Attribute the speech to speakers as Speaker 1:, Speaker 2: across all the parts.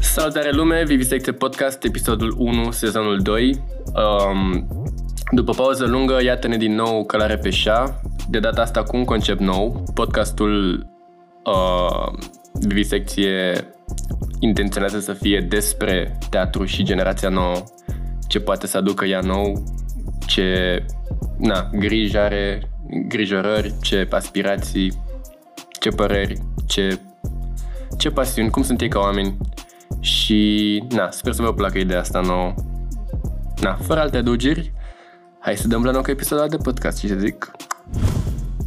Speaker 1: Salutare lume, Vivisecte Podcast, episodul 1, sezonul 2. Um, după pauză lungă, iată-ne din nou călare pe șa, de data asta cu un concept nou. Podcastul uh, Vivisecție intenționează să fie despre teatru și generația nouă, ce poate să aducă ea nou, ce na, griji are, grijorări, ce aspirații, ce păreri, ce, ce pasiuni, cum sunt ei ca oameni. Și na, sper să vă placă ideea asta nouă. Na, fără alte adugiri, hai să dăm la nou episodul de podcast, ce să zic.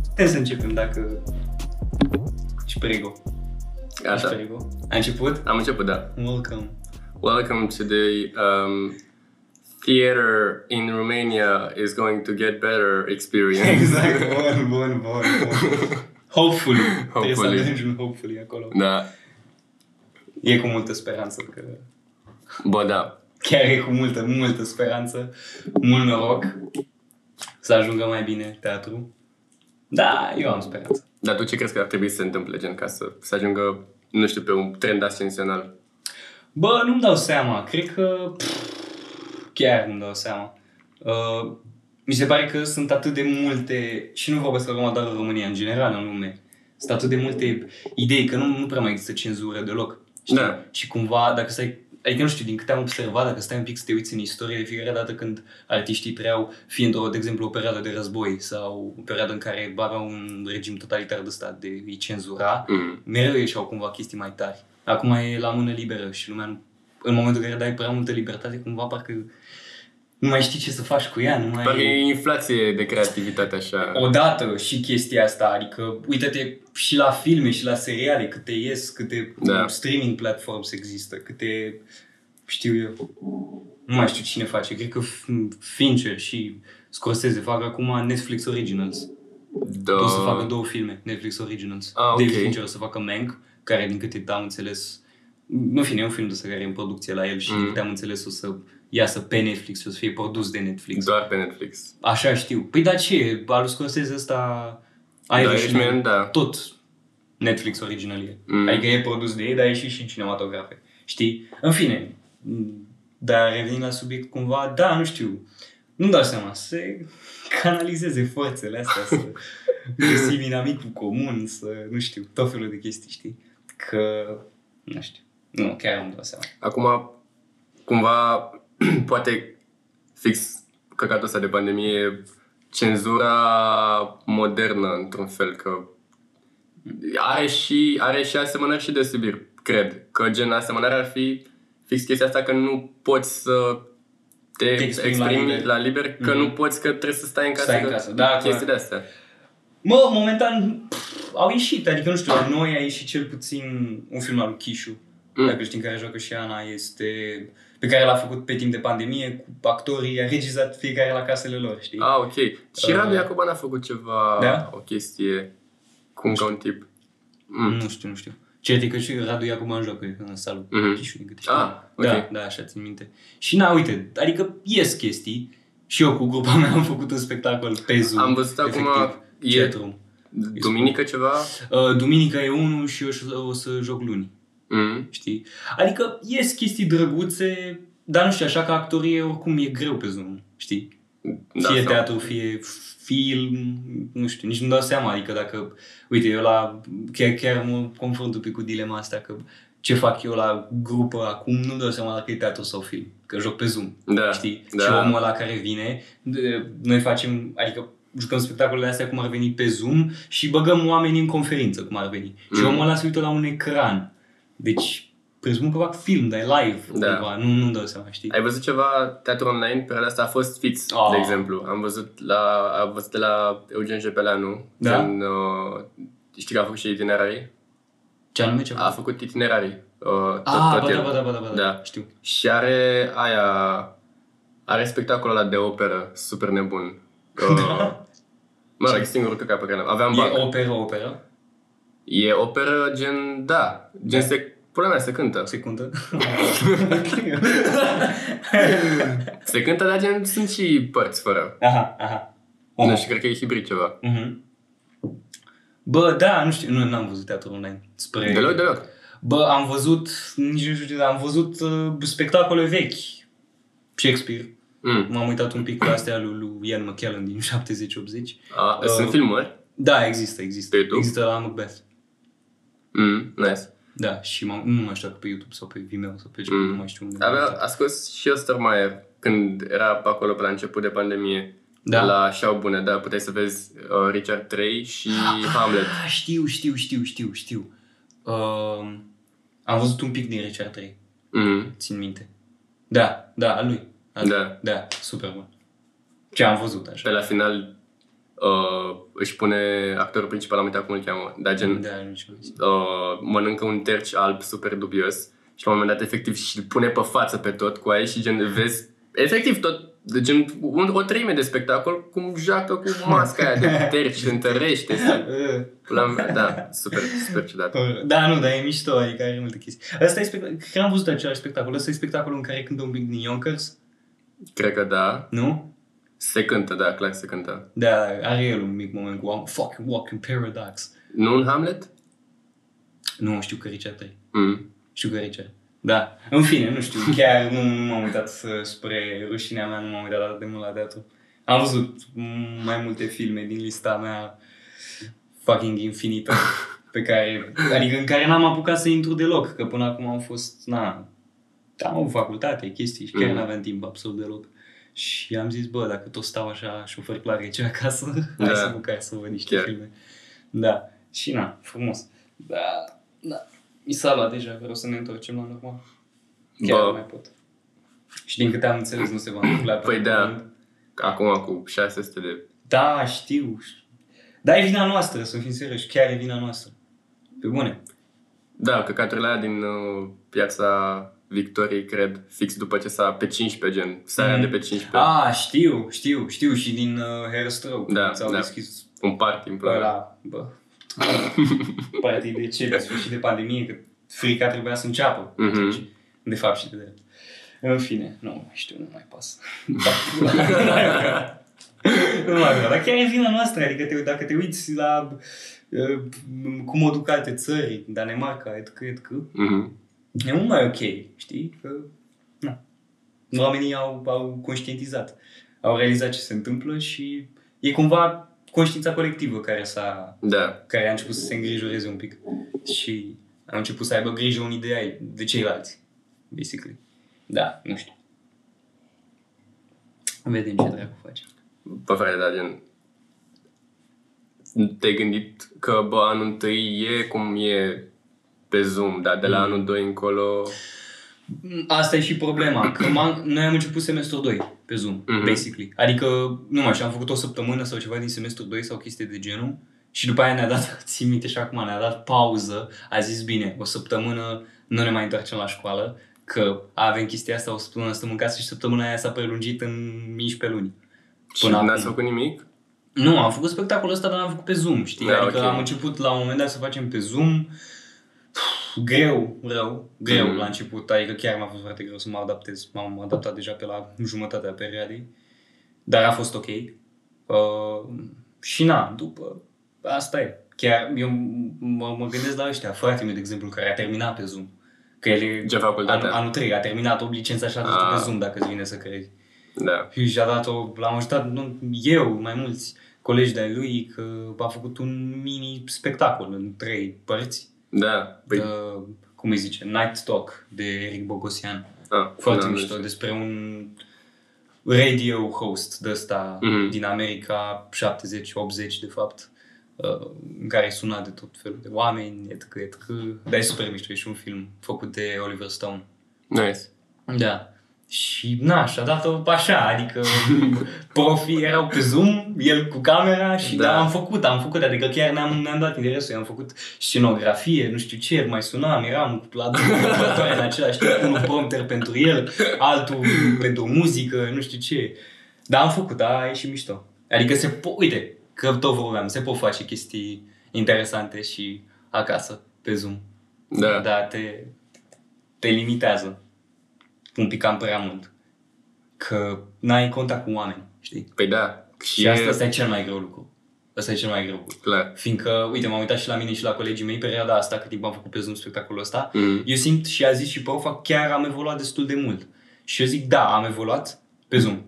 Speaker 2: Putem să începem dacă... Și perigo.
Speaker 1: Așa,
Speaker 2: A început?
Speaker 1: am început, da.
Speaker 2: Welcome.
Speaker 1: Welcome to the um, theater in Romania is going to get better experience.
Speaker 2: Exact, bun, bun, bun, bun. Hopefully. Trebuie să
Speaker 1: Hopefully.
Speaker 2: ajungi un hopefully acolo.
Speaker 1: Da,
Speaker 2: E cu multă speranță că...
Speaker 1: bă, da.
Speaker 2: Chiar e cu multă, multă speranță. Mult noroc. Să ajungă mai bine teatru. Da, eu am speranță.
Speaker 1: Dar tu ce crezi că ar trebui să se întâmple, gen, ca să, să ajungă, nu știu, pe un trend ascensional?
Speaker 2: Bă, nu-mi dau seama. Cred că... pff, Chiar nu-mi dau seama. Uh, mi se pare că sunt atât de multe, și nu vorbesc acum doar în România, în general, în lume, sunt atât de multe idei că nu, nu prea mai există cenzură deloc. Știi?
Speaker 1: Da.
Speaker 2: Și cumva, dacă stai, adică nu știu, din câte am observat, dacă stai un pic să te uiți în istorie, de fiecare dată când artiștii treau, fiind, o, de exemplu, o perioadă de război sau o perioadă în care avea un regim totalitar de stat de îi cenzura,
Speaker 1: Mm.
Speaker 2: mereu ieșeau cumva chestii mai tari. Acum e la mână liberă și lumea, nu- în momentul în care dai prea multă libertate, cumva parcă nu mai știi ce să faci cu ea, nu mai...
Speaker 1: Parcă e Păi, inflație de creativitate, așa.
Speaker 2: Odată și chestia asta, adică uite-te și la filme și la seriale, câte ies, câte
Speaker 1: Da.
Speaker 2: da. streaming platforms există, câte, știu eu, nu mai știu cine face, cred că F- Fincher și Scorsese fac acum Netflix Originals.
Speaker 1: Da.
Speaker 2: O să facă două filme, Netflix Originals.
Speaker 1: Ah, ok.
Speaker 2: David Fincher o să facă Mank, care din câte am înțeles, nu fine, e un film de ăsta care e în producție la el și
Speaker 1: Mm.
Speaker 2: din câte am înțeles o să iasă pe Netflix și o să fie produs de Netflix.
Speaker 1: Doar pe Netflix.
Speaker 2: Așa știu. Păi da ce, e? al lui Scorsese ăsta
Speaker 1: Irishman, da.
Speaker 2: tot Netflix original e.
Speaker 1: Mm.
Speaker 2: Mm. Adică e produs de ei, dar e și, și în cinematografe. Știi? În fine, mm, m, dar revenind la subiect cumva, da, nu știu, nu dau seama, se canalizeze forțele astea, să găsim inamicul comun, să, nu știu, tot felul de chestii, știi? Că, nu știu, nu, chiar nu dau seama.
Speaker 1: Acum, cumva, poate fix căcatul ăsta de pandemie e cenzura modernă, într-un fel, că are și, are și asemănări și deosebiri, cred. Că gen asemănare ar fi fix chestia asta că nu poți să te
Speaker 2: Te
Speaker 1: exprimi,
Speaker 2: exprimi la liber.
Speaker 1: la liber, că
Speaker 2: Mhm.
Speaker 1: nu poți, că trebuie să stai în casă,
Speaker 2: Stai în
Speaker 1: că-
Speaker 2: casă, da,
Speaker 1: chestii
Speaker 2: clar.
Speaker 1: de astea.
Speaker 2: Mă, momentan pf, au ieșit, adică nu știu, la noi a ieșit cel puțin un film al lui Chishu,
Speaker 1: Mm.
Speaker 2: mm. dacă știi în care joacă și Ana, este pe care l-a făcut pe timp de pandemie, cu actorii, a regizat fiecare la casele lor, știi?
Speaker 1: Ah, ok. Și
Speaker 2: Uh,
Speaker 1: Radu Iacoban a făcut ceva,
Speaker 2: Da?
Speaker 1: o chestie cu încă un tip. Mm.
Speaker 2: Nu știu, nu știu. Cert e că și Radu Iacoban joacă în asta lui
Speaker 1: Mhm.
Speaker 2: mm-hmm. Chishu, din câte știu.
Speaker 1: Ah, ok.
Speaker 2: Da, da, așa țin minte. Și na, uite, adică ies chestii și eu cu grupa mea am făcut un spectacol pe Zoom.
Speaker 1: Am văzut acum,
Speaker 2: efectiv,
Speaker 1: e-
Speaker 2: Chatroom.
Speaker 1: Duminică ceva?
Speaker 2: Uh, Duminică e unul și eu o să joc luni.
Speaker 1: Mm.
Speaker 2: știi? Adică ies chestii drăguțe, dar nu știu, așa că actorie oricum e greu pe Zoom, știi?
Speaker 1: Da,
Speaker 2: Da, fie
Speaker 1: sau-
Speaker 2: teatru, fie film, nu știu, nici nu dau seama, adică dacă, uite, eu la, chiar, chiar mă confrunt un pic cu dilema asta, că ce fac eu la grupă acum, nu dau seama dacă e teatru sau film, că joc pe Zoom,
Speaker 1: Da,
Speaker 2: știi?
Speaker 1: da.
Speaker 2: Și omul ăla care vine, de- noi facem, adică jucăm spectacolele astea cum ar veni pe Zoom și băgăm oamenii în conferință cum ar veni. Mm. Și
Speaker 1: Mhm.
Speaker 2: omul ăla se uită la un ecran. Deci, presupun că fac film, dar e live.
Speaker 1: Da.
Speaker 2: Cumva. Nu, nu-mi dau seama, știi?
Speaker 1: Ai văzut ceva teatru online? Perioada asta a fost Fiț, oh.
Speaker 2: Ah.
Speaker 1: de exemplu. Am văzut, la, am văzut de la Eugen Jepelanu.
Speaker 2: Da?
Speaker 1: În, uh, știi că a făcut și itinerarii?
Speaker 2: Ce anume ce
Speaker 1: A făcut itinerarii. Uh, tot,
Speaker 2: Ah,
Speaker 1: tot
Speaker 2: ba da,
Speaker 1: el.
Speaker 2: ba da, ba da, ba
Speaker 1: Da.
Speaker 2: da. Știu.
Speaker 1: Și are aia... Are spectacolul ăla de operă super nebun. Uh, mă rog, singurul căcat pe care l-am. Aveam
Speaker 2: Da. E
Speaker 1: bancă.
Speaker 2: operă, operă.
Speaker 1: E operă gen, da, gen
Speaker 2: Da.
Speaker 1: se, pula mea, se cântă.
Speaker 2: Secundă.
Speaker 1: Se cântă, dar gen sunt și părți fără.
Speaker 2: aha, aha.
Speaker 1: Oh.
Speaker 2: Oh.
Speaker 1: Nu știu, cred că e hibrid ceva.
Speaker 2: Mhm. Bă, da, nu știu, nu, n-am văzut teatru online. Spre...
Speaker 1: Deloc, deloc.
Speaker 2: Bă, am văzut, nici nu știu ce, dar am văzut uh, spectacole vechi. Shakespeare.
Speaker 1: Mm.
Speaker 2: M-am uitat un pic la astea lui, lui Ian McKellen din 70-80.
Speaker 1: A,
Speaker 2: Uh,
Speaker 1: sunt filmări?
Speaker 2: Da, există, există.
Speaker 1: Pe YouTube?
Speaker 2: Există la Macbeth.
Speaker 1: Mm, nice.
Speaker 2: Da, și m-am, nu mai știu dacă pe YouTube sau pe Vimeo sau pe ce, mm. nu mai știu unde.
Speaker 1: Avea, a scos și Ostermaier când era pe acolo pe la început de pandemie.
Speaker 2: Da.
Speaker 1: La șau bune, da, puteai să vezi uh, Richard 3 și Hamlet.
Speaker 2: Ah, știu, știu, știu, știu, știu. Uh, am văzut un pic din Richard 3,
Speaker 1: Mm,
Speaker 2: țin minte. Da, da, al lui. Al
Speaker 1: Da.
Speaker 2: Da, super bun. Ce am văzut,
Speaker 1: Pe
Speaker 2: așa.
Speaker 1: la final uh, își pune actorul principal, am uitat cum îl cheamă, dar gen
Speaker 2: Da, nici nu știu.
Speaker 1: uh, mănâncă un terci alb super dubios și la un moment dat efectiv și îl pune pe față pe tot cu aia și gen vezi efectiv tot de gen un, o treime de spectacol cum joacă cu masca aia de terci, se întărește, se...
Speaker 2: Uh,
Speaker 1: Pula mea, da, super, super ciudat.
Speaker 2: Da, nu, dar e mișto, adică are multe chestii. Asta e spectacol, cred că am văzut același spectacol. Asta e spectacolul în care cântă un pic din Yonkers,
Speaker 1: Cred că da,
Speaker 2: nu?
Speaker 1: se cântă, da, clar se cântă.
Speaker 2: Da, are el un mic moment cu I'm fucking walking paradox.
Speaker 1: Nu un Hamlet?
Speaker 2: Nu, știu că Richard 3.
Speaker 1: Mm.
Speaker 2: Șugărice. Da. În fine, nu știu, chiar nu, nu m-am uitat să- spre rușinea mea, nu m-am uitat atât de mult la teatru. Am văzut m- mai multe filme din lista mea fucking infinită pe care, adică în care n-am apucat să intru deloc, că până acum am fost, na, am avut facultate, chestii și chiar
Speaker 1: Mhm.
Speaker 2: n-aveam timp absolut deloc. Și am zis, bă, dacă tot stau așa șofer la rece acasă,
Speaker 1: Da.
Speaker 2: hai să măcar să văd niște
Speaker 1: Chiar.
Speaker 2: filme. Da. Și na, frumos. Da, da. Mi s-a luat deja, vreau să ne întoarcem la normal. Chiar
Speaker 1: Bă.
Speaker 2: nu mai pot. Și din câte am înțeles, nu se va întâmpla.
Speaker 1: Păi
Speaker 2: pentru
Speaker 1: da.
Speaker 2: curând.
Speaker 1: Acum cu 600 de...
Speaker 2: Da, știu. Dar e vina noastră, să fim serioși, chiar e vina noastră. Pe bune.
Speaker 1: Da, căcaturile aia din uh, piața Victoriei, cred, fix după ce s-a pe 15, gen, seara
Speaker 2: Mm.
Speaker 1: de pe 15,
Speaker 2: A, știu, știu, știu și din uh, Herstrău.
Speaker 1: Da,
Speaker 2: Ți-au
Speaker 1: da.
Speaker 2: deschis
Speaker 1: un party în plan.
Speaker 2: ăla, bă. Partii de ce? De sfârșit de pandemie, că frica trebuia să înceapă.
Speaker 1: Mhm.
Speaker 2: Atunci, De fapt și de drept. În fine, nu mai știu, nu mai pasă. Da. nu mai vreau, dar chiar e vina noastră, adică te, dacă te uiți la uh, cum o duc alte țări, Danemarca, et cred că,
Speaker 1: Mhm.
Speaker 2: e mult mai ok, știi? Că, na. Oamenii au, au conștientizat, au realizat ce se întâmplă și e cumva conștiința colectivă care s-a
Speaker 1: Da.
Speaker 2: care a început să se îngrijoreze un pic și au început să aibă grijă unii de, ai, de ceilalți, basically. Da, nu știu. Vedem ce dracu facem.
Speaker 1: Bă, frate, dar gen... Te-ai gândit că, bă, anul întâi e cum e pe Zoom, dar
Speaker 2: Mm.
Speaker 1: de la anul 2 încolo...
Speaker 2: Asta e și problema, că m-am, noi am început semestrul 2 pe Zoom,
Speaker 1: Mhm.
Speaker 2: mm-hmm. basically. Adică, nu mai știu, am făcut o săptămână sau ceva din semestrul 2 sau chestii de genul și după aia ne-a dat, țin minte și acum, ne-a dat pauză, a zis bine, o săptămână nu ne mai întoarcem la școală, că avem chestia asta, o săptămână stăm în casă și săptămâna aia s-a prelungit în 11 luni.
Speaker 1: Și
Speaker 2: Până
Speaker 1: n-ați
Speaker 2: acum.
Speaker 1: făcut nimic?
Speaker 2: Nu, am făcut spectacolul ăsta, dar l-am făcut pe Zoom, știi?
Speaker 1: Da,
Speaker 2: Da, adică
Speaker 1: ok.
Speaker 2: okay. am început la un moment dat să facem pe Zoom. Greu, rău, greu
Speaker 1: Mm.
Speaker 2: mm. la început, adică chiar mi-a fost foarte greu să mă adaptez. M-am adaptat deja pe la jumătatea perioadei, dar a fost ok. Uh, și na, după, asta e. Chiar eu m- mă, mă gândesc la ăștia, fratele meu, de exemplu, care a terminat pe Zoom. Că el e
Speaker 1: Ce facultate?
Speaker 2: anul, anul 3, a terminat o licență și a dat
Speaker 1: Ah.
Speaker 2: pe Zoom, dacă îți vine să crezi.
Speaker 1: Da.
Speaker 2: Și și-a dat-o, l-am ajutat nu, eu, mai mulți colegi de-ai lui, că a făcut un mini spectacol în trei părți.
Speaker 1: Da. Păi,
Speaker 2: Păi... cum îi zice, Night Talk de Eric Bogosian.
Speaker 1: a,
Speaker 2: Foarte
Speaker 1: da,
Speaker 2: da,
Speaker 1: nu
Speaker 2: mișto,
Speaker 1: știu.
Speaker 2: despre un radio host de ăsta
Speaker 1: Mhm.
Speaker 2: mm-hmm. din America 70-80 de fapt uh, în care suna de tot felul de oameni, etc, etc. Dar e super mișto, e și un film făcut de Oliver Stone.
Speaker 1: Nice.
Speaker 2: Da. Și na, și-a dat-o așa, adică profii erau pe Zoom, el cu camera și
Speaker 1: Da.
Speaker 2: da, am făcut, am făcut, adică chiar ne-am, ne-am dat interesul, i-am făcut scenografie, nu știu ce, mai sunam, eram la două următoare în același timp, unul prompter pentru el, altul pentru muzică, nu știu ce. Dar am făcut, a, e și mișto. Adică se po- uite, că tot vorbeam, se pot face chestii interesante și acasă, pe Zoom.
Speaker 1: Da. da.
Speaker 2: Da, te, te limitează un pic cam prea mult. Că n-ai contact cu oameni, știi?
Speaker 1: Păi da. Și,
Speaker 2: Și
Speaker 1: e-
Speaker 2: asta, asta e cel mai greu lucru. Ăsta e cel mai greu.
Speaker 1: Clar.
Speaker 2: Fiindcă, uite, m-am uitat și la mine și la colegii mei perioada asta, cât timp am făcut pe Zoom spectacolul ăsta.
Speaker 1: Mm.
Speaker 2: Eu simt și a zis și profa, chiar am evoluat destul de mult. Și eu zic, da, am evoluat pe Zoom.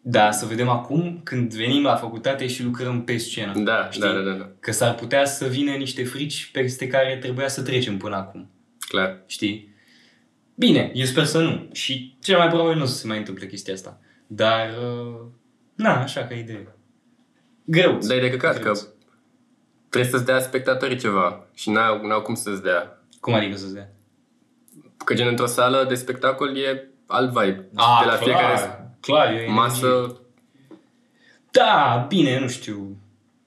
Speaker 2: Da, să vedem acum când venim la facultate și lucrăm pe scenă.
Speaker 1: Da,
Speaker 2: Știi?
Speaker 1: da, da, da, da,
Speaker 2: Că s-ar putea să vină niște frici peste care trebuia să trecem până acum.
Speaker 1: clar.
Speaker 2: Știi? Bine, eu sper să nu. Și cel mai probabil nu o să se mai întâmple chestia asta. Dar, uh, na, așa ca idee. Greu.
Speaker 1: Dar e de căcat că
Speaker 2: Greu.
Speaker 1: trebuie să-ți dea spectatorii ceva și n-au, n-au cum să-ți dea.
Speaker 2: Cum adică să-ți dea?
Speaker 1: Că gen într-o sală de spectacol e alt vibe.
Speaker 2: A,
Speaker 1: de la
Speaker 2: Ah, clar,
Speaker 1: fiecare
Speaker 2: clar, e o energie.
Speaker 1: masă
Speaker 2: Da, bine, nu știu.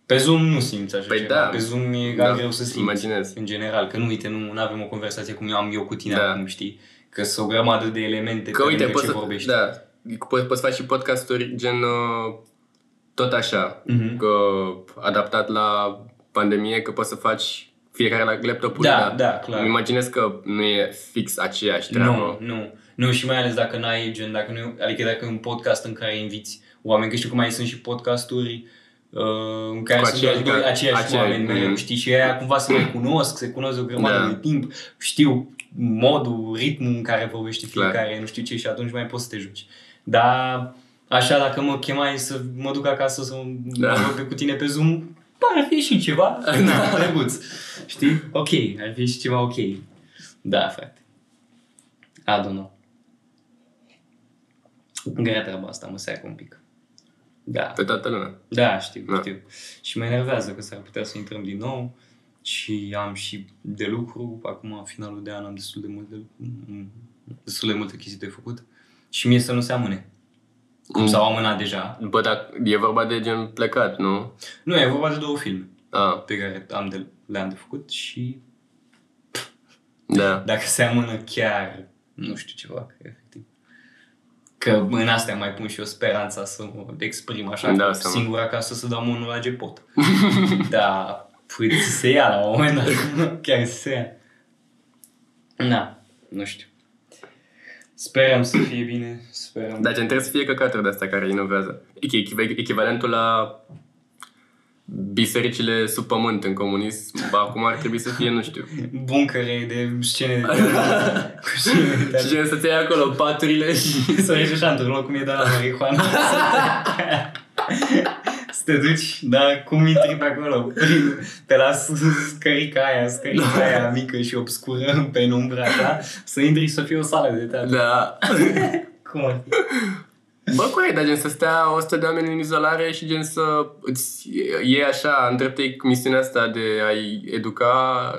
Speaker 2: Pe Zoom nu simți așa
Speaker 1: Păi
Speaker 2: ceva.
Speaker 1: da.
Speaker 2: Pe Zoom e
Speaker 1: Da,
Speaker 2: da. greu să simți.
Speaker 1: imaginez.
Speaker 2: În general, că nu uite, nu avem o conversație cum am eu cu tine
Speaker 1: Da.
Speaker 2: acum, știi? Că sunt o grămadă de elemente
Speaker 1: Că
Speaker 2: pe
Speaker 1: uite,
Speaker 2: lângă
Speaker 1: poți
Speaker 2: ce
Speaker 1: să,
Speaker 2: vorbești.
Speaker 1: da, poți, poți face podcasturi gen uh, tot așa,
Speaker 2: Mhm.
Speaker 1: că adaptat la pandemie, că poți să faci fiecare la laptopul
Speaker 2: Da, da, clar.
Speaker 1: Îmi imaginez că nu e fix aceeași treabă.
Speaker 2: Nu, nu. Nu, și mai ales dacă n-ai gen, dacă nu, adică dacă e un podcast în care inviți oameni, că știu că mai sunt și podcasturi uh, în care
Speaker 1: Cu
Speaker 2: sunt doar
Speaker 1: aceiași
Speaker 2: doi,
Speaker 1: gaz-
Speaker 2: aceiași
Speaker 1: aceiași,
Speaker 2: oameni, mereu,
Speaker 1: mm.
Speaker 2: știi, și aia cumva se mai cunosc, se cunosc o grămadă
Speaker 1: Da.
Speaker 2: de timp, știu modul, ritmul în care vorbește
Speaker 1: Clar.
Speaker 2: fiecare, nu știu ce, și atunci mai poți să te joci. Dar așa, dacă mă chemai să mă duc acasă să
Speaker 1: Da.
Speaker 2: da. mă vorbesc cu tine pe Zoom, bă, ar fi și ceva da. drăguț. Știi? Ok, ar fi și ceva ok. Da, frate. I don't know. Grea da. treaba asta, mă seacă un pic. Da,
Speaker 1: Pe toată lumea.
Speaker 2: da, știu,
Speaker 1: Da.
Speaker 2: da. știu. Și mă enervează că s-ar putea să intrăm din nou și am și de lucru. Acum, finalul de an, am destul de, mult de, mm, destul de multe chestii de făcut. Și mie să nu se amâne. Cum
Speaker 1: Mm.
Speaker 2: s-au amânat deja.
Speaker 1: Bă, dar e vorba de gen plecat, nu?
Speaker 2: Nu, e vorba de două filme
Speaker 1: A,
Speaker 2: pe care am de, le-am de făcut și
Speaker 1: da.
Speaker 2: dacă se amână chiar, nu știu ce fac, efectiv. Că în astea mai pun și eu speranța să mă exprim așa,
Speaker 1: Da,
Speaker 2: da,
Speaker 1: seama.
Speaker 2: singur acasă să dau mânul la gepot. da, păi ți se ia la un moment dat, chiar ți se ia. Na, nu știu. Sperăm să fie bine, sperăm.
Speaker 1: Dar gen trebuie să fie căcaturi de astea care inovează. E echiv- echivalentul la bisericile sub pământ în comunism. Ba, acum ar trebui să fie, nu știu.
Speaker 2: Buncăre de scene de teatru, cu scene de teatru.
Speaker 1: Și gen să-ți iei acolo paturile și...
Speaker 2: Să ieși așa într-un loc cum e de la marihuana. să te duci, dar cum intri pe acolo? Te las scărica aia, scărica aia mică și obscură în penumbra ta, să intri și să fie o sală de teatru.
Speaker 1: Da.
Speaker 2: Cum ar fi?
Speaker 1: Bă, corect, dar gen să stea 100 de oameni în izolare și gen să îți iei așa, îndreptei misiunea asta de a-i educa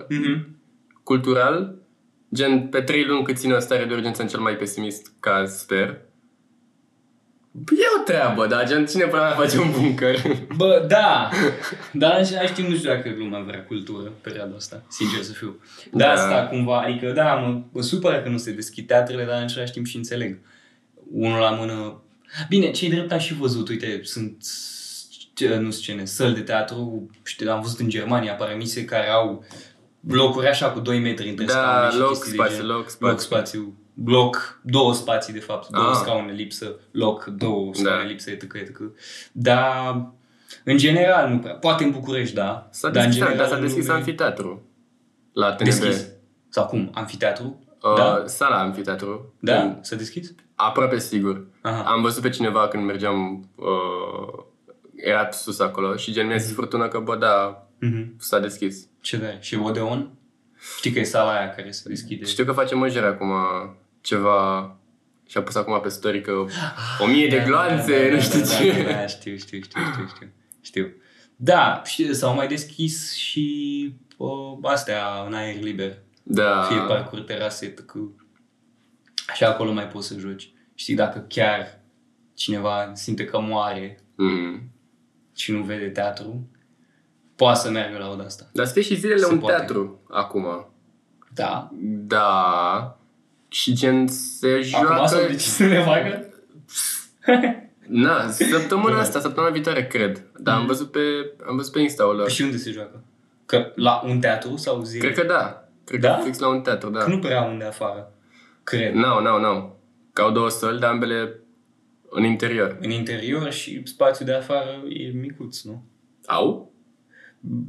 Speaker 2: Mhm.
Speaker 1: cultural, gen pe 3 luni cât ține o stare de urgență în cel mai pesimist caz, sper. Bă, E o treabă, dar gen cine până la face un bunker?
Speaker 2: Bă, da! Dar în același timp nu știu dacă lumea vrea cultură în perioada asta, sincer să fiu. De
Speaker 1: Da.
Speaker 2: asta cumva, adică da, mă, mă supără că nu se deschid teatrele, dar în același timp și înțeleg. Unul la mână... Bine, cei drept am și văzut, uite, sunt sc- nu scene, săli de teatru, știu, am văzut în Germania paramise care au locuri așa cu 2 metri între
Speaker 1: da,
Speaker 2: scaune și
Speaker 1: loc,
Speaker 2: chestii de
Speaker 1: spațiu,
Speaker 2: genul.
Speaker 1: loc, spațiu.
Speaker 2: Bloc, spațiu, bloc, două spații de fapt, două
Speaker 1: Ah.
Speaker 2: ah. scaune lipsă, loc, două scaune
Speaker 1: Da.
Speaker 2: da. lipsă, etc, etc. Dar, în general, nu prea. Poate în București, da.
Speaker 1: S-a
Speaker 2: dar în
Speaker 1: deschis,
Speaker 2: general,
Speaker 1: da, s-a
Speaker 2: în
Speaker 1: deschis
Speaker 2: lume-
Speaker 1: anfiteatru la TNB.
Speaker 2: Deschis. Sau cum? Amfiteatru?
Speaker 1: Uh,
Speaker 2: Da.
Speaker 1: Sala anfiteatru.
Speaker 2: Da? S-a deschis?
Speaker 1: Aproape sigur.
Speaker 2: Aha.
Speaker 1: Am văzut pe cineva când mergeam, uh, era sus acolo și gen mi-a zis furtuna că, bă, da,
Speaker 2: Mhm.
Speaker 1: s-a deschis.
Speaker 2: Ce da? Și Odeon? Știi că e sala aia care se deschide.
Speaker 1: Știu că face măjere acum ceva și a pus acum pe story că o mie de
Speaker 2: Da,
Speaker 1: gloanțe,
Speaker 2: da,
Speaker 1: nu știu
Speaker 2: da, da,
Speaker 1: ce.
Speaker 2: Da, da, știu, știu, știu, știu, știu. știu. Da, și- s-au mai deschis și uh, astea în aer liber.
Speaker 1: Da,
Speaker 2: fie parcuri terase, că așa acolo mai poți să joci. Știi, dacă chiar cineva simte că moare
Speaker 1: Mm.
Speaker 2: și nu vede teatru, poate să meargă la oda asta.
Speaker 1: Dar să fie și zilele
Speaker 2: Se
Speaker 1: un
Speaker 2: poate.
Speaker 1: teatru acum.
Speaker 2: Da.
Speaker 1: Da. Și gen se
Speaker 2: Acum
Speaker 1: joacă...
Speaker 2: s-au decis să le facă?
Speaker 1: Na, săptămâna
Speaker 2: Da.
Speaker 1: asta, săptămâna viitoare, cred. Dar am văzut pe, am văzut pe Insta-ul lor.
Speaker 2: Mm. Păi Și unde se joacă? Că la un teatru sau zile?
Speaker 1: Cred că da. Cred
Speaker 2: Da?
Speaker 1: că fix la un teatru, da.
Speaker 2: că nu prea unde afară. Cred.
Speaker 1: Nu, nu, nu. Că au două săli, dar ambele în interior.
Speaker 2: În interior și spațiul de afară e micuț, nu?
Speaker 1: Au?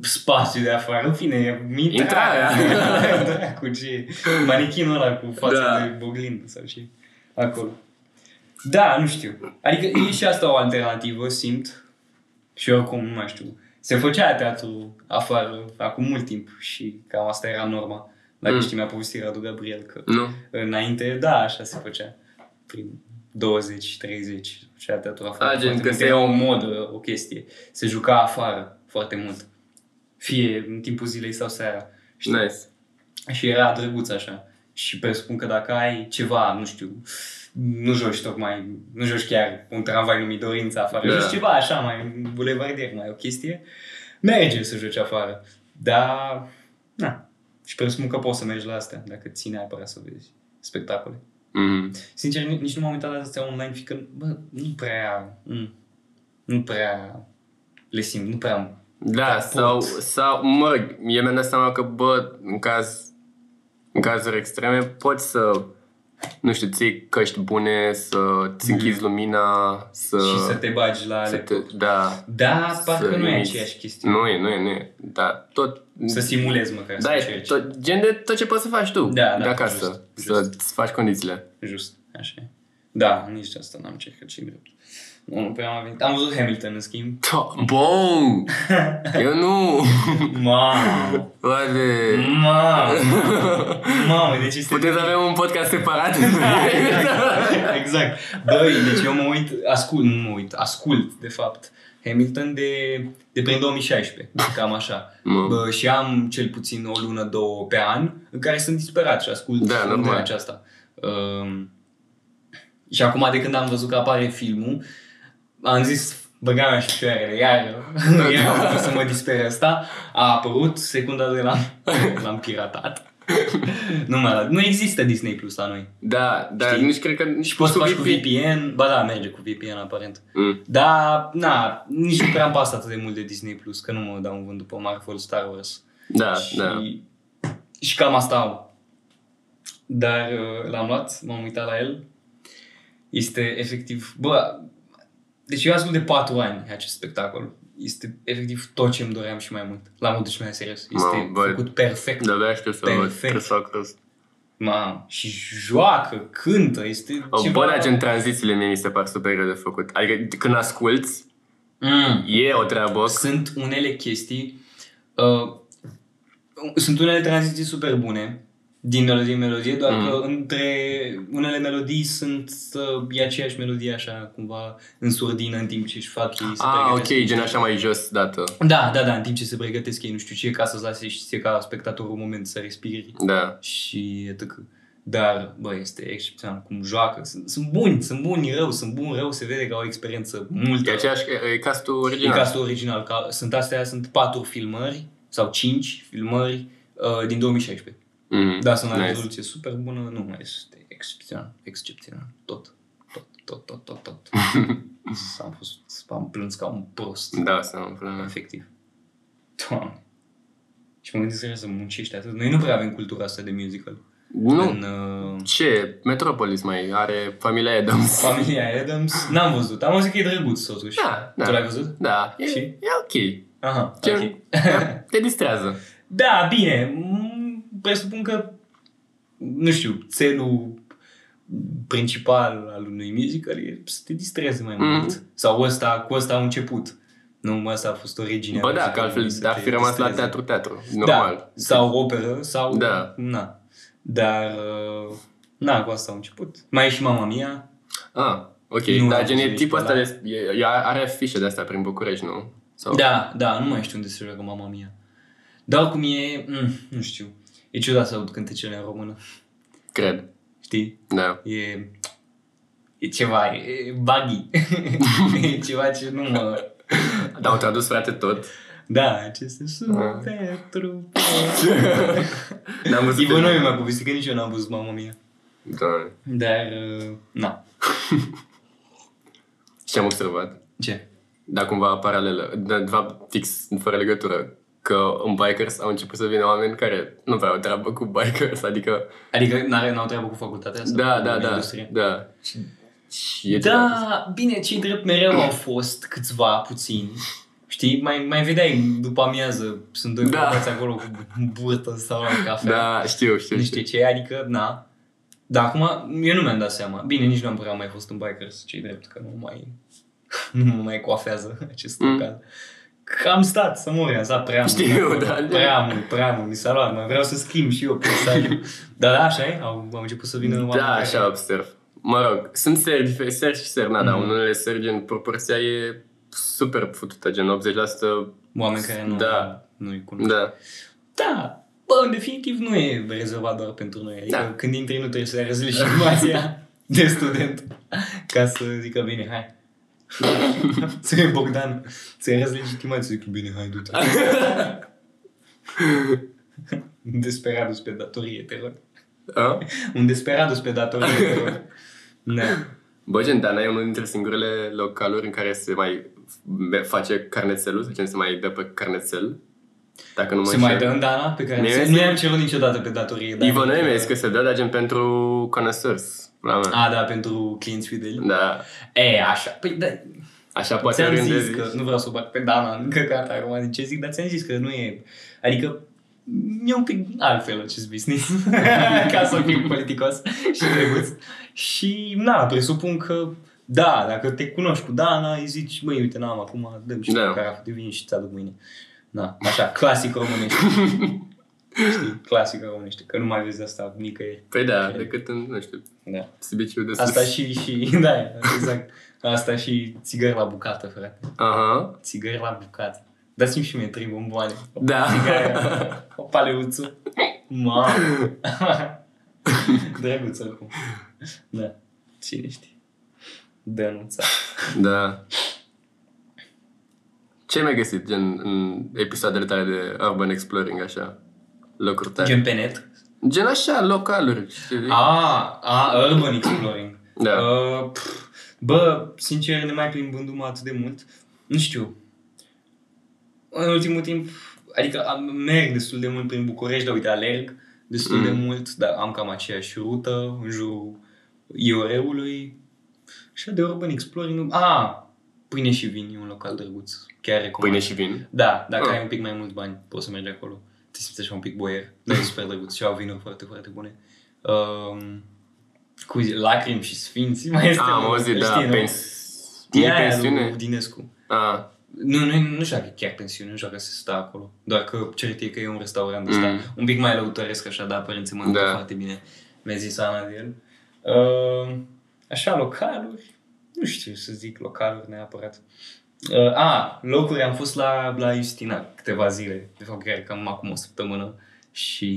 Speaker 2: spațiu de afară, în fine, mintea
Speaker 1: Intrarea.
Speaker 2: aia. Da, cu ce, manichinul ăla cu fața
Speaker 1: Da.
Speaker 2: da. de Boglin sau ce, acolo. Da, nu știu. Adică e și asta o alternativă, simt. Și oricum, nu mai știu. Se făcea teatru afară acum mult timp și cam asta era norma. Dacă
Speaker 1: Mm.
Speaker 2: mm. știi, mi-a povestit Radu Gabriel că
Speaker 1: Nu.
Speaker 2: înainte, da, așa se făcea. Prin 20, 30, se făcea teatru afară.
Speaker 1: A, gen,
Speaker 2: Foarte
Speaker 1: că
Speaker 2: mult.
Speaker 1: se-
Speaker 2: Era o modă, o chestie. Se juca afară foarte mult. Fie în timpul zilei sau seara. Știi?
Speaker 1: Nice.
Speaker 2: Și era drăguț așa. Și presupun că dacă ai ceva, nu știu, nu joci tocmai, nu joci chiar un tramvai numit Dorința afară,
Speaker 1: Da.
Speaker 2: da. joci ceva așa, mai bulevardier, mai o chestie, merge să joci afară. Dar, na, și presupun că poți să mergi la astea, dacă ține apărat să vezi spectacole.
Speaker 1: Mm.
Speaker 2: Sincer, ni- nici nu m-am uitat la astea online, fiindcă, bă, nu prea, mm, nu prea le simt, nu prea
Speaker 1: Da,
Speaker 2: Caput.
Speaker 1: sau, sau, mă, eu mi-am dat seama că, bă, în caz, în cazuri extreme, poți să, nu știu, ții căști bune, să ți închizi lumina, să...
Speaker 2: Mhm. și să te bagi la
Speaker 1: Da. să
Speaker 2: ale.
Speaker 1: te, da,
Speaker 2: Da,
Speaker 1: să
Speaker 2: parcă nu e
Speaker 1: imiți.
Speaker 2: aceeași chestie.
Speaker 1: nu e, nu e, nu e, da, tot...
Speaker 2: Să simulezi măcar
Speaker 1: da,
Speaker 2: să
Speaker 1: e
Speaker 2: încerci.
Speaker 1: tot, gen de tot ce poți să faci tu
Speaker 2: Da, da,
Speaker 1: de acasă,
Speaker 2: just,
Speaker 1: să ți faci condițiile.
Speaker 2: Just, așa e. Da, nici de asta n-am cercat și drept. Nu, nu prea am venit. Am văzut Hamilton, în schimb.
Speaker 1: To- Da, Bun! eu nu!
Speaker 2: Mamă!
Speaker 1: Oare...
Speaker 2: Mamă! Mamă, deci este...
Speaker 1: Puteți avea un podcast separat?
Speaker 2: exact. Băi, deci eu mă uit, ascult, nu mă uit, ascult, de fapt, Hamilton de, de prin 2016, Deci cam așa.
Speaker 1: Mă.
Speaker 2: Bă, și am cel puțin o lună, două pe an, în care sunt disperat și ascult
Speaker 1: Da,
Speaker 2: lunea
Speaker 1: normal.
Speaker 2: aceasta. Um, și acum, de când am văzut că apare filmul, am zis, băga mea și pioarele, iar,
Speaker 1: Da.
Speaker 2: iar să mă disper asta. A apărut, secunda de la l-am piratat. nu, mai, nu există Disney Plus la noi.
Speaker 1: Da, dar
Speaker 2: Știi?
Speaker 1: nici cred că nici
Speaker 2: Și poți să faci cu
Speaker 1: VPN.
Speaker 2: VPN, ba da, merge cu VPN aparent.
Speaker 1: Mm.
Speaker 2: Dar, na, nici nu prea am pasat atât de mult de Disney Plus, că nu mă dau un vânt după Marvel, Star Wars.
Speaker 1: Da,
Speaker 2: și,
Speaker 1: da.
Speaker 2: și cam asta am. Dar uh, l-am luat, m-am uitat la el. Este efectiv, bă, deci eu ascult de 4 ani acest spectacol. Este efectiv tot ce îmi doream și mai mult. La modul și mai serios. Este
Speaker 1: Mamă, băi. Da.
Speaker 2: făcut perfect.
Speaker 1: De abia aștept să
Speaker 2: Perfect.
Speaker 1: trebuie să fac rost.
Speaker 2: Mamă, și joacă, cântă, este
Speaker 1: O, Bă, dar gen tranzițiile mie mi se par super de făcut. Adică când asculti,
Speaker 2: Mm.
Speaker 1: e o treabă.
Speaker 2: Sunt unele chestii, uh, sunt unele tranziții super bune din melodie în melodie, doar mm. că între unele melodii sunt, uh, e aceeași melodie așa, cumva în surdină, în timp ce își fac ei se
Speaker 1: Ah, ok,
Speaker 2: pregătesc.
Speaker 1: gen așa mai jos dată.
Speaker 2: Da, da, da, în timp ce se pregătesc ei, nu știu ce, ca să-ți lase și ție ca spectatorul un moment să respiri
Speaker 1: Da.
Speaker 2: și etc. Dar, bă, este excepțional cum joacă. Sunt, sunt buni, sunt buni rău, sunt buni rău, se vede că au experiență multă.
Speaker 1: E aceeași, e, e castul
Speaker 2: Da. E
Speaker 1: original.
Speaker 2: castul original. Ca, sunt astea, sunt patru filmări sau cinci filmări uh, din 2016.
Speaker 1: Mhm,
Speaker 2: Da, sunt la
Speaker 1: nice.
Speaker 2: rezoluție super bună, nu mai este excepțional, excepțional, tot, tot, tot, tot, tot, tot. am, fost, am plâns ca un prost,
Speaker 1: Da, să nu probleme.
Speaker 2: efectiv. Doamne. Și mă gândesc serios să muncești atât. Noi nu prea avem cultura asta de musical.
Speaker 1: Nu,
Speaker 2: În, uh,
Speaker 1: ce? Metropolis mai are familia Adams.
Speaker 2: familia Adams, n-am văzut. Am auzit că e drăguț, totuși.
Speaker 1: Da, da.
Speaker 2: Tu l-ai văzut?
Speaker 1: Da, e,
Speaker 2: Și?
Speaker 1: e ok.
Speaker 2: Aha,
Speaker 1: Ce-
Speaker 2: ok.
Speaker 1: Te distrează.
Speaker 2: Da, bine, m, presupun că, nu știu, țelul principal al unui musical e să te distreze mai
Speaker 1: Mhm.
Speaker 2: mult. Sau ăsta, cu ăsta au început. Nu, ăsta a fost originea.
Speaker 1: Bă, da, că
Speaker 2: musicalului,
Speaker 1: altfel
Speaker 2: să
Speaker 1: ar
Speaker 2: te
Speaker 1: fi rămas la
Speaker 2: distreze.
Speaker 1: teatru-teatru. Normal.
Speaker 2: Da, sau operă, sau...
Speaker 1: Da.
Speaker 2: Na. Dar, uh, na, cu asta au început. Mai e și mama mia.
Speaker 1: Ah, ok.
Speaker 2: Nu
Speaker 1: Dar
Speaker 2: l-am
Speaker 1: gen e
Speaker 2: văzut
Speaker 1: tipul ăsta
Speaker 2: niciodată.
Speaker 1: de... E, e- are afișe de astea prin București, nu? Sau...
Speaker 2: Da, da, nu mai știu unde se joacă mama mia. Dar cum e, mm, nu știu. E ciudat să aud cântecele în română.
Speaker 1: Cred.
Speaker 2: Știi?
Speaker 1: Da.
Speaker 2: E, e ceva, e buggy. e ceva ce nu mă...
Speaker 1: Dar au tradus frate tot.
Speaker 2: Da, ce se sună Petru.
Speaker 1: N-am văzut.
Speaker 2: Ivo nu mi-a povestit că nici eu n-am văzut mama mia.
Speaker 1: Doamne.
Speaker 2: Dar, uh, na.
Speaker 1: Și am observat.
Speaker 2: Ce?
Speaker 1: Dar cumva paralelă. Dar de fapt fix, fără legătură. Că în bikers au început să vină oameni care nu prea au treabă cu bikers. Adică...
Speaker 2: Adică n-are, n-au treabă cu facultatea asta?
Speaker 1: Da,
Speaker 2: cu
Speaker 1: da, da.
Speaker 2: industria?
Speaker 1: Da. Și, și e ciudat.
Speaker 2: Da, bine, cei drept mereu au fost câțiva puțini Știi, mai, mai vedeai după amiază, sunt doi
Speaker 1: Da.
Speaker 2: da. acolo cu burtă sau la cafea.
Speaker 1: Da, știu, știu.
Speaker 2: nu
Speaker 1: știu.
Speaker 2: știu ce, adică, na. Dar acum, eu nu mi-am dat seama. Bine, nici nu am prea mai fost în Bikers, ce drept, că nu mai, nu mă mai coafează acest
Speaker 1: Mm.
Speaker 2: mm. local. Că am stat să mor, am stat prea mult.
Speaker 1: Știu,
Speaker 2: acolo.
Speaker 1: da.
Speaker 2: Prea mult, prea mult, mi s-a luat, mai vreau să schimb și eu peisajul. Dar da, așa e, au, au început să vină oameni
Speaker 1: Da,
Speaker 2: care-
Speaker 1: așa observ. Mă rog, sunt sergi, sergi și sernada.
Speaker 2: Mhm.
Speaker 1: Mm. Unele sergi în proporția e super futută, gen 80%.
Speaker 2: Oameni care nu,
Speaker 1: Da.
Speaker 2: nu-i cunosc.
Speaker 1: Da.
Speaker 2: Da, bă, în definitiv nu e rezervat doar pentru noi. Adică
Speaker 1: Da.
Speaker 2: da. când intri nu trebuie să rezolvi și informația de student ca să zică bine, hai. Ți-ai Bogdan, ți-ai res legitimația, zic, bine, hai, du-te. Un desperadus pe datorie, te rog.
Speaker 1: A?
Speaker 2: Un desperadus pe datorie, te rog. Da.
Speaker 1: Bă, gen, Dana e unul dintre singurele localuri în care se mai f- face carnețelul, sau gen, se mai dă pe carnețel. Dacă nu mă
Speaker 2: Se mai dă
Speaker 1: înșel.
Speaker 2: în Dana, pe care
Speaker 1: Mie
Speaker 2: nu
Speaker 1: mi-e-
Speaker 2: i-am cerut niciodată pe datorie. dar-
Speaker 1: Ivo nu că se dă, dar gen pentru connoisseurs. La mea.
Speaker 2: A, da, pentru clienți fideli.
Speaker 1: Da.
Speaker 2: E, așa. Păi, da,
Speaker 1: Așa poate
Speaker 2: Ți-am
Speaker 1: oriunde
Speaker 2: zis
Speaker 1: zici.
Speaker 2: că nu vreau să o bag pe Dana în căcata acum din ce zic, dar ți-am zis că nu e... Adică e un pic altfel acest business, ca să fim politicos și drăguț. Și, na, presupun că, da, dacă te cunoști cu Dana, îi zici, măi, uite, n-am acum, dăm și
Speaker 1: Da.
Speaker 2: da. caraful de vin și ți-aduc mâine. Da, așa, clasic românește. Știi, clasic românește, că nu mai vezi de asta nicăieri.
Speaker 1: Păi da, decât în, nu știu,
Speaker 2: Da.
Speaker 1: Sibiciu de sus.
Speaker 2: Asta și, și, da, exact. Asta și țigări la bucată, frate.
Speaker 1: Aha.
Speaker 2: Țigări la bucată. Dați-mi și mie trei bomboane.
Speaker 1: Da.
Speaker 2: Țigare, o paleuță. Mamă. Drăguț oricum. Da. Cine știe. Dănuța.
Speaker 1: Da. Ce ai mai găsit, gen, în episoadele tale de urban exploring, așa? Locuri tale. Gen,
Speaker 2: Gen pe net?
Speaker 1: gen așa, localuri. știi?
Speaker 2: A, a, urban exploring.
Speaker 1: Da.
Speaker 2: Uh, pf, bă, sincer, ne mai plimbându-mă atât de mult, nu știu. În ultimul timp, adică am, merg destul de mult prin București, dar uite, alerg destul
Speaker 1: Mm.
Speaker 2: mm. de mult, dar am cam aceeași rută în jurul Ioreului. Și de urban exploring, nu... A, pâine și vin e un local drăguț. Chiar recomand.
Speaker 1: Pâine și vin.
Speaker 2: Da, dacă
Speaker 1: Ah.
Speaker 2: ai un pic mai mulți bani, poți să mergi acolo. Te simți așa un pic boier, dar e super drăguț și au vinuri foarte, foarte bune. Um, cu zi- lacrimi și sfinți, mai este...
Speaker 1: Ah, am
Speaker 2: unul,
Speaker 1: auzit, da,
Speaker 2: știi, nu?
Speaker 1: pens...
Speaker 2: E
Speaker 1: Nu
Speaker 2: aia lui
Speaker 1: pensiune?
Speaker 2: Dinescu.
Speaker 1: Ah,
Speaker 2: Nu, nu, nu știu dacă e chiar pensiune, nu știu dacă se stă acolo. Doar că cert e că e un restaurant ăsta.
Speaker 1: Mm.
Speaker 2: Un pic mai lăutoresc așa, dar părinții mănâncă
Speaker 1: Da.
Speaker 2: foarte bine. Mi-a zis Ana de el. Um, așa, localuri? Nu știu să zic localuri neapărat. Uh, a, locuri am fost la, la Justina câteva zile, de fapt chiar cam acum o săptămână și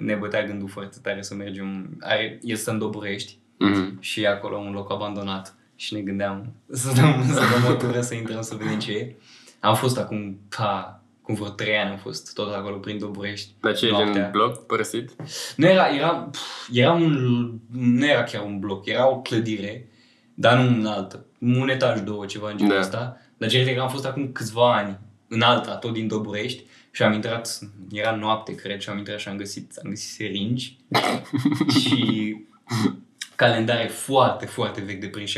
Speaker 2: ne bătea gândul foarte tare să mergem. Are, el stă în Doburești
Speaker 1: mhm.
Speaker 2: și e acolo un loc abandonat și ne gândeam să dăm, să dăm o tură, să intrăm să vedem ce e. Am fost acum, pa, cum vreo trei ani am fost tot acolo prin Doburești.
Speaker 1: Dar ce e
Speaker 2: noaptea.
Speaker 1: gen bloc părăsit?
Speaker 2: Nu era, era, pf, era un, nu era chiar un bloc, era o clădire, dar nu în altă. Un etaj, două, ceva în genul
Speaker 1: Da.
Speaker 2: ăsta. Dar cert e că am fost acum câțiva ani în alta, tot din Doburești. Și am intrat, era noapte, cred, și am intrat și am găsit, am găsit seringi și calendare foarte, foarte vechi, de prin 60-70,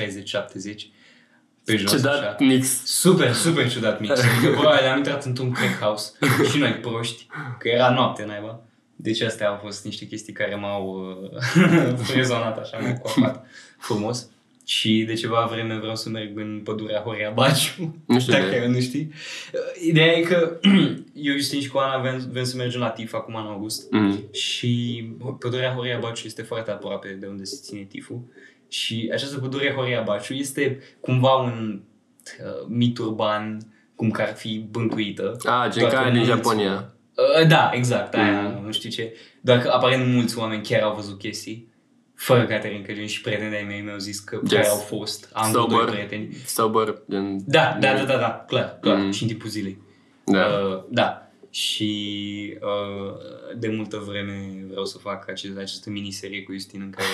Speaker 2: pe jos,
Speaker 1: Ce
Speaker 2: așa.
Speaker 1: dat mix.
Speaker 2: Super, super ciudat mix. Adică, bă, am intrat într-un crack house și noi proști, că era noapte, naiba. Deci astea au fost niște chestii care m-au uh, rezonat așa, m-au coafat frumos. Și de ceva vreme vreau să merg în pădurea Horea Baciu,
Speaker 1: Nu știu
Speaker 2: dacă
Speaker 1: de-
Speaker 2: nu știi. Uh, Ideea e că eu, Justin și cu Ana vrem, vrem să mergem la TIF acum în august.
Speaker 1: Mhm.
Speaker 2: Și pădurea Horia Baciu este foarte aproape de unde se ține tiful. Și această pădure Horia Baciu este cumva un uh, mit urban, cum că ar fi bântuită.
Speaker 1: Ah, gen
Speaker 2: Toate
Speaker 1: care din
Speaker 2: mulți.
Speaker 1: Japonia.
Speaker 2: Uh, da, exact, aia,
Speaker 1: Mhm.
Speaker 2: nu știu ce. Doar că aparent mulți oameni chiar au văzut chestii. Fără Caterin Căgin și prietenii ai mei mi-au zis că
Speaker 1: Yes.
Speaker 2: chiar au fost. Am vreo doi
Speaker 1: Sober.
Speaker 2: prieteni.
Speaker 1: Sober, gen...
Speaker 2: Da, da, da, da, da, clar, clar.
Speaker 1: Mhm.
Speaker 2: Și în timpul zilei.
Speaker 1: Da.
Speaker 2: Uh, da. Și uh, de multă vreme vreau să fac acest, această miniserie cu Justin în care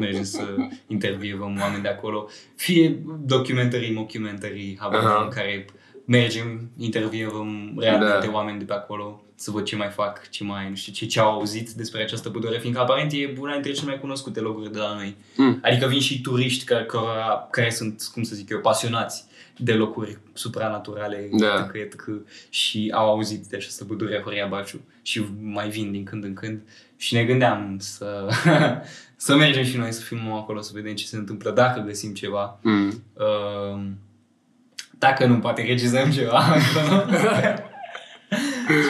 Speaker 2: mergem să intervievăm oameni de acolo. Fie documentary, mockumentary, habar
Speaker 1: Aha.
Speaker 2: uh-huh. în care mergem, intervievăm realmente
Speaker 1: Da.
Speaker 2: oameni de pe acolo să văd ce mai fac, ce mai, nu știu, ce, ce au auzit despre această pădure, fiindcă aparent e una dintre cele mai cunoscute locuri de la noi.
Speaker 1: Mm.
Speaker 2: Adică vin și turiști care, care, care sunt, cum să zic eu, pasionați de locuri supranaturale
Speaker 1: Da.
Speaker 2: cred că și au auzit de această pădure Horia Baciu și mai vin din când în când și ne gândeam să, să mergem și noi să filmăm acolo, să vedem ce se întâmplă, dacă găsim ceva.
Speaker 1: Mm.
Speaker 2: Um, dacă nu, poate regizăm ceva acolo.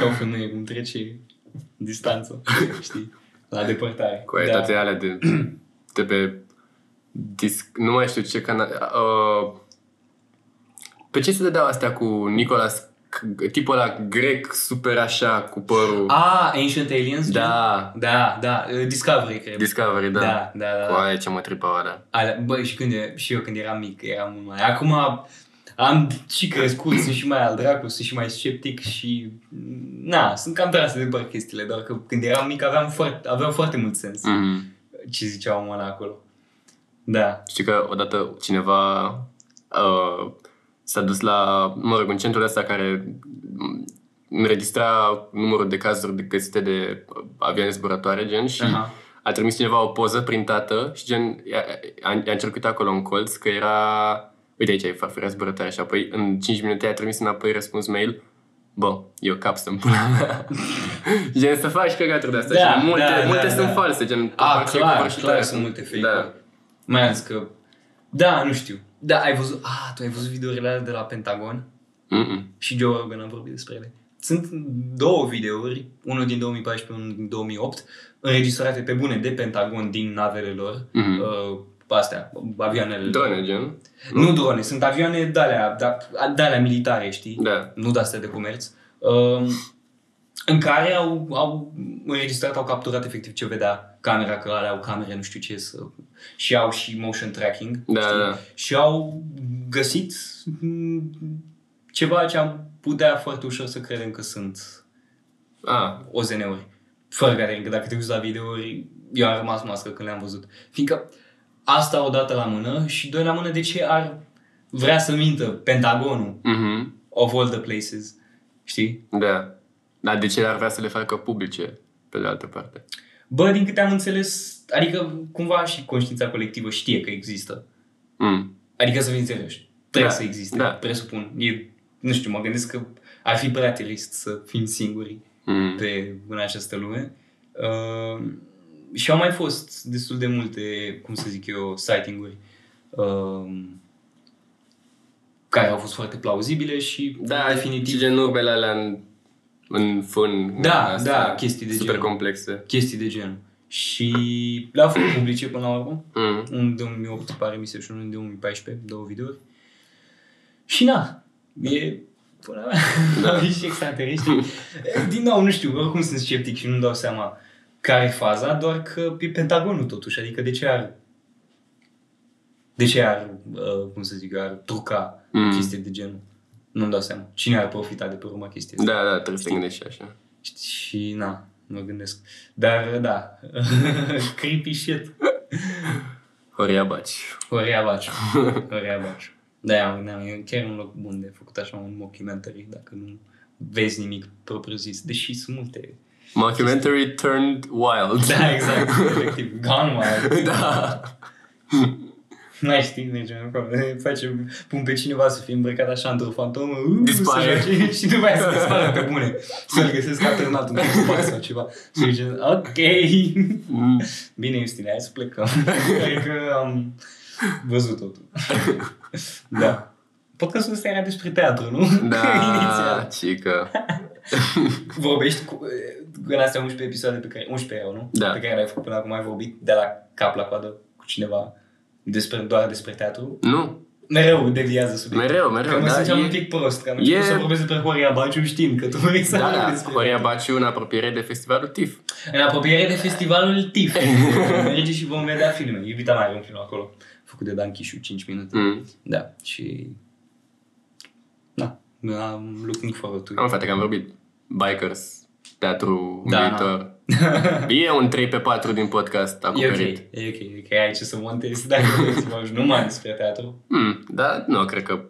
Speaker 2: Sau când nu e cum trece distanță, știi? La depărtare. Da.
Speaker 1: Cu aetate alea de, de pe disc, nu mai știu ce canal... Uh, pe ce se dădeau astea cu Nicolas, C- tipul ăla grec super așa cu părul?
Speaker 2: Ah, Ancient Aliens?
Speaker 1: Da,
Speaker 2: Da, da. uh, Discovery, cred.
Speaker 1: Discovery, da.
Speaker 2: da, da, da.
Speaker 1: Cu aia ce mă tripau alea.
Speaker 2: Ale, bă, și, când, e- și eu când eram mic, eram mult mai... Acum am și crescut, sunt și mai al dracu, sunt și mai sceptic și... Na, sunt cam trase de băr chestiile, doar că când eram mic aveam foarte, aveau foarte mult sens
Speaker 1: Mm.
Speaker 2: ce zicea omul ăla acolo. Da.
Speaker 1: Știi că odată cineva uh, s-a dus la, mă rog, în centrul ăsta care m, înregistra numărul de cazuri de găsite de uh, avioane zburătoare, gen, și
Speaker 2: Aha.
Speaker 1: a trimis cineva o poză printată și gen, i-a, a, a încercat acolo în colț că era, uite aici e farfuria zburătoare și apoi Păi, în 5 minute i-a trimis înapoi răspuns mail, bă, eu cap să-mi pula mea. gen, să faci căcaturi de astea
Speaker 2: Da,
Speaker 1: și multe,
Speaker 2: da, da,
Speaker 1: multe
Speaker 2: da.
Speaker 1: sunt false, gen,
Speaker 2: A,
Speaker 1: covârșitoare,
Speaker 2: clar,
Speaker 1: covârșitoare
Speaker 2: clar sunt multe fake
Speaker 1: Da.
Speaker 2: da. Mai ales că... Da, nu știu. Da, ai văzut... Ah, tu ai văzut videourile alea de la Pentagon?
Speaker 1: Mm-mm.
Speaker 2: Și Joe Rogan a vorbit despre ele. Sunt două videouri, unul din 2014, unul din 2008, înregistrate pe bune de Pentagon din navele lor,
Speaker 1: Mhm.
Speaker 2: uh, astea, avioanele.
Speaker 1: Drone, gen.
Speaker 2: Nu drone, sunt avioane de-alea, de- de-alea militare, știi?
Speaker 1: Da.
Speaker 2: nu de astea de comerț, um, în care au, au înregistrat, au capturat efectiv ce vedea camera, că alea au camere, nu știu ce, să, și au și motion tracking
Speaker 1: Da,
Speaker 2: știi?
Speaker 1: da.
Speaker 2: și au găsit mm, ceva ce am putea foarte ușor să credem că sunt
Speaker 1: A,
Speaker 2: OZN-uri. Fără care, că dacă te uiți la videouri, eu am rămas mască când le-am văzut. Fiindcă asta o dată la mână și doi la mână de ce ar vrea să mintă Pentagonul
Speaker 1: mhm,
Speaker 2: of all the places, știi?
Speaker 1: da. Dar de ce ar vrea să le facă publice, pe de altă parte?
Speaker 2: Bă, din câte am înțeles, adică cumva și conștiința colectivă știe că există.
Speaker 1: Mm.
Speaker 2: Adică să fim serioși, trebuie
Speaker 1: Da,
Speaker 2: da, să existe,
Speaker 1: da.
Speaker 2: da. presupun. E, nu știu, mă gândesc că ar fi prea trist să fim singuri
Speaker 1: Mm.
Speaker 2: pe, în această lume. Uh, și au mai fost destul de multe, cum să zic eu, sighting-uri uh, care au fost foarte plauzibile și
Speaker 1: Da, definitiv. Și gen urbele alea în, în fân.
Speaker 2: Da,
Speaker 1: în
Speaker 2: da, chestii de
Speaker 1: Super
Speaker 2: genul.
Speaker 1: complexe.
Speaker 2: chestii de genul. Și le-au făcut publice până la urmă.
Speaker 1: Mm.
Speaker 2: unul de 2008, pare mi se, și unul de 2014, două videouri. Și na, e... Până la da. și extraterestri. Din nou, nu știu, oricum sunt sceptic și nu-mi dau seama care e faza, doar că e Pentagonul totuși, adică de ce ar... De ce ar, uh, cum să zic, eu, ar truca
Speaker 1: Mm.
Speaker 2: mm. chestii de genul? Nu-mi dau seama. Cine ar profita de pe urma chestii astea?
Speaker 1: Da, da, trebuie să te gândești și așa.
Speaker 2: Și na, mă gândesc. Dar da, creepy shit.
Speaker 1: Horia Baci.
Speaker 2: Horia Baciu. Horia Baciu. Da, am, da, e chiar un loc bun de făcut așa un mockumentary, dacă nu vezi nimic propriu zis, deși sunt multe.
Speaker 1: Mockumentary turned wild.
Speaker 2: Da, exact, efectiv, gone wild.
Speaker 1: da.
Speaker 2: Nu mai știi, mergem acolo, facem, pun pe cineva să fie îmbrăcat așa într-o fantomă, uu,
Speaker 1: Dispare.
Speaker 2: să joace și după aia să dispară pe bune, să-l găsesc atârnat într-un spațiu sau ceva. Și zice, ok,
Speaker 1: Mm.
Speaker 2: bine Justine, hai să plecăm. Cred că am văzut totul. Da. Podcastul ăsta era despre teatru, nu?
Speaker 1: Da,
Speaker 2: Inițial.
Speaker 1: cică.
Speaker 2: Vorbești cu... În astea 11 episoade pe care... 11 erau, nu?
Speaker 1: Da.
Speaker 2: Pe care le-ai făcut până acum, ai vorbit de la cap la coadă cu cineva despre, doar despre teatru.
Speaker 1: Nu,
Speaker 2: Mereu deviază subiectul.
Speaker 1: mereu, mereu.
Speaker 2: Că mă
Speaker 1: da,
Speaker 2: simțeam
Speaker 1: e-
Speaker 2: un pic prost, că am
Speaker 1: e-
Speaker 2: început să vorbesc despre Horia Baciu știind că tu vrei să
Speaker 1: Da,
Speaker 2: vorbești
Speaker 1: da,
Speaker 2: despre
Speaker 1: Horia Baciu în apropiere de festivalul TIF.
Speaker 2: În apropiere de festivalul TIF. Merge și vom vedea filme. Iubita mea are un film acolo, făcut de Dan Chișu, 5 minute.
Speaker 1: Mm.
Speaker 2: Da, și... Da, am looking forward to it.
Speaker 1: Am fate că am vorbit. Bikers, teatru
Speaker 2: Da,
Speaker 1: umilitor. e un 3 pe 4 din podcast
Speaker 2: E ok,
Speaker 1: acoperit.
Speaker 2: e ok, e ok, ai ce să montezi dacă vrei să faci numai despre teatru.
Speaker 1: Hmm, da, nu, cred că...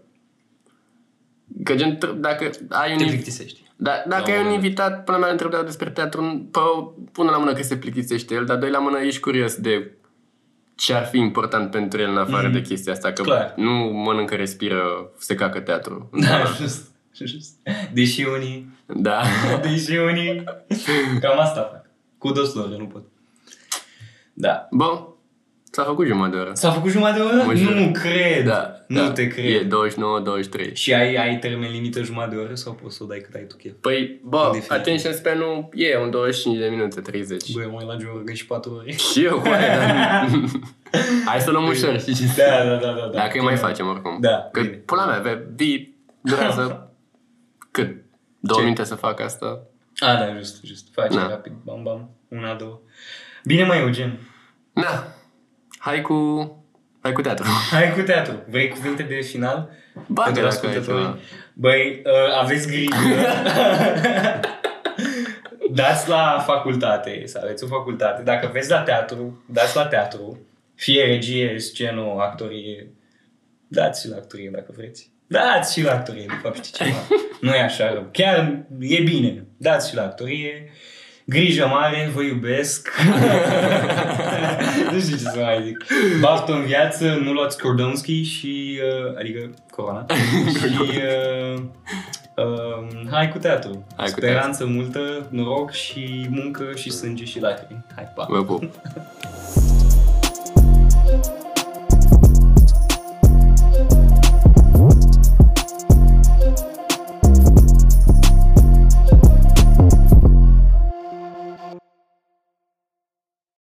Speaker 1: Că gen, tr- dacă ai
Speaker 2: Te
Speaker 1: un,
Speaker 2: plictisești.
Speaker 1: Dar dacă
Speaker 2: La
Speaker 1: ai
Speaker 2: un
Speaker 1: un
Speaker 2: moment.
Speaker 1: invitat, până la mea întrebarea despre teatru, pă, pune la mână că se plictisește el, dar doi la mână ești curios de ce ar fi important pentru el în afară mm.
Speaker 2: Mhm.
Speaker 1: de chestia asta, că
Speaker 2: Clar.
Speaker 1: nu mănâncă, respiră, se cacă teatru.
Speaker 2: Da, just, just. Deși unii,
Speaker 1: Da.
Speaker 2: deși unii, cam asta fac. Cu dosul eu nu pot. Da.
Speaker 1: Bun, s-a făcut jumătate de oră.
Speaker 2: S-a făcut jumătate de oră?
Speaker 1: Mă jur.
Speaker 2: Nu cred.
Speaker 1: Da,
Speaker 2: nu
Speaker 1: da.
Speaker 2: te
Speaker 1: E
Speaker 2: cred.
Speaker 1: 29-23.
Speaker 2: Și ai, ai termen limită jumătate de oră sau poți să o dai cât ai tu chef?
Speaker 1: Păi, bă,
Speaker 2: Definitiv.
Speaker 1: attention span-ul e un 25 de minute, 30.
Speaker 2: Băi, mai la jumătate și patru ore.
Speaker 1: Și eu, cu aia, dar... Hai să luăm ușor, știi ce zic?
Speaker 2: Da, da, da, da. da.
Speaker 1: Dacă îi mai facem oricum.
Speaker 2: Da,
Speaker 1: Că,
Speaker 2: bine.
Speaker 1: pula mea, ve, vii, durează cât? Două
Speaker 2: Ce?
Speaker 1: minute să fac asta?
Speaker 2: A, da, just, just. Facem
Speaker 1: Da.
Speaker 2: rapid. Bam, bam. Una, două. Bine, mai Eugen.
Speaker 1: Na, hai cu... Hai cu teatru.
Speaker 2: Hai cu teatru. Vrei cuvinte de final?
Speaker 1: Bagă
Speaker 2: Pentru
Speaker 1: dacă ai ceva.
Speaker 2: ascultătorii. Băi, uh, aveți grijă. dați la facultate, să aveți o facultate. Dacă veți la teatru, dați la teatru. Fie regie, scenă, actorie. Dați și la actorie dacă vreți. Dați și la actorie, de fapt știi ceva. nu e așa rău. Chiar e bine. Dați și la actorie. Grijă mare, vă iubesc. nu știu ce să mai zic. Baftă în viață, nu luați Kordonski și... Uh, adică corona. și... Uh, uh, hai cu teatru.
Speaker 1: Hai cu
Speaker 2: Speranță multă, noroc și muncă și sânge și lacrimi. Hai, pa!
Speaker 1: Vă pup.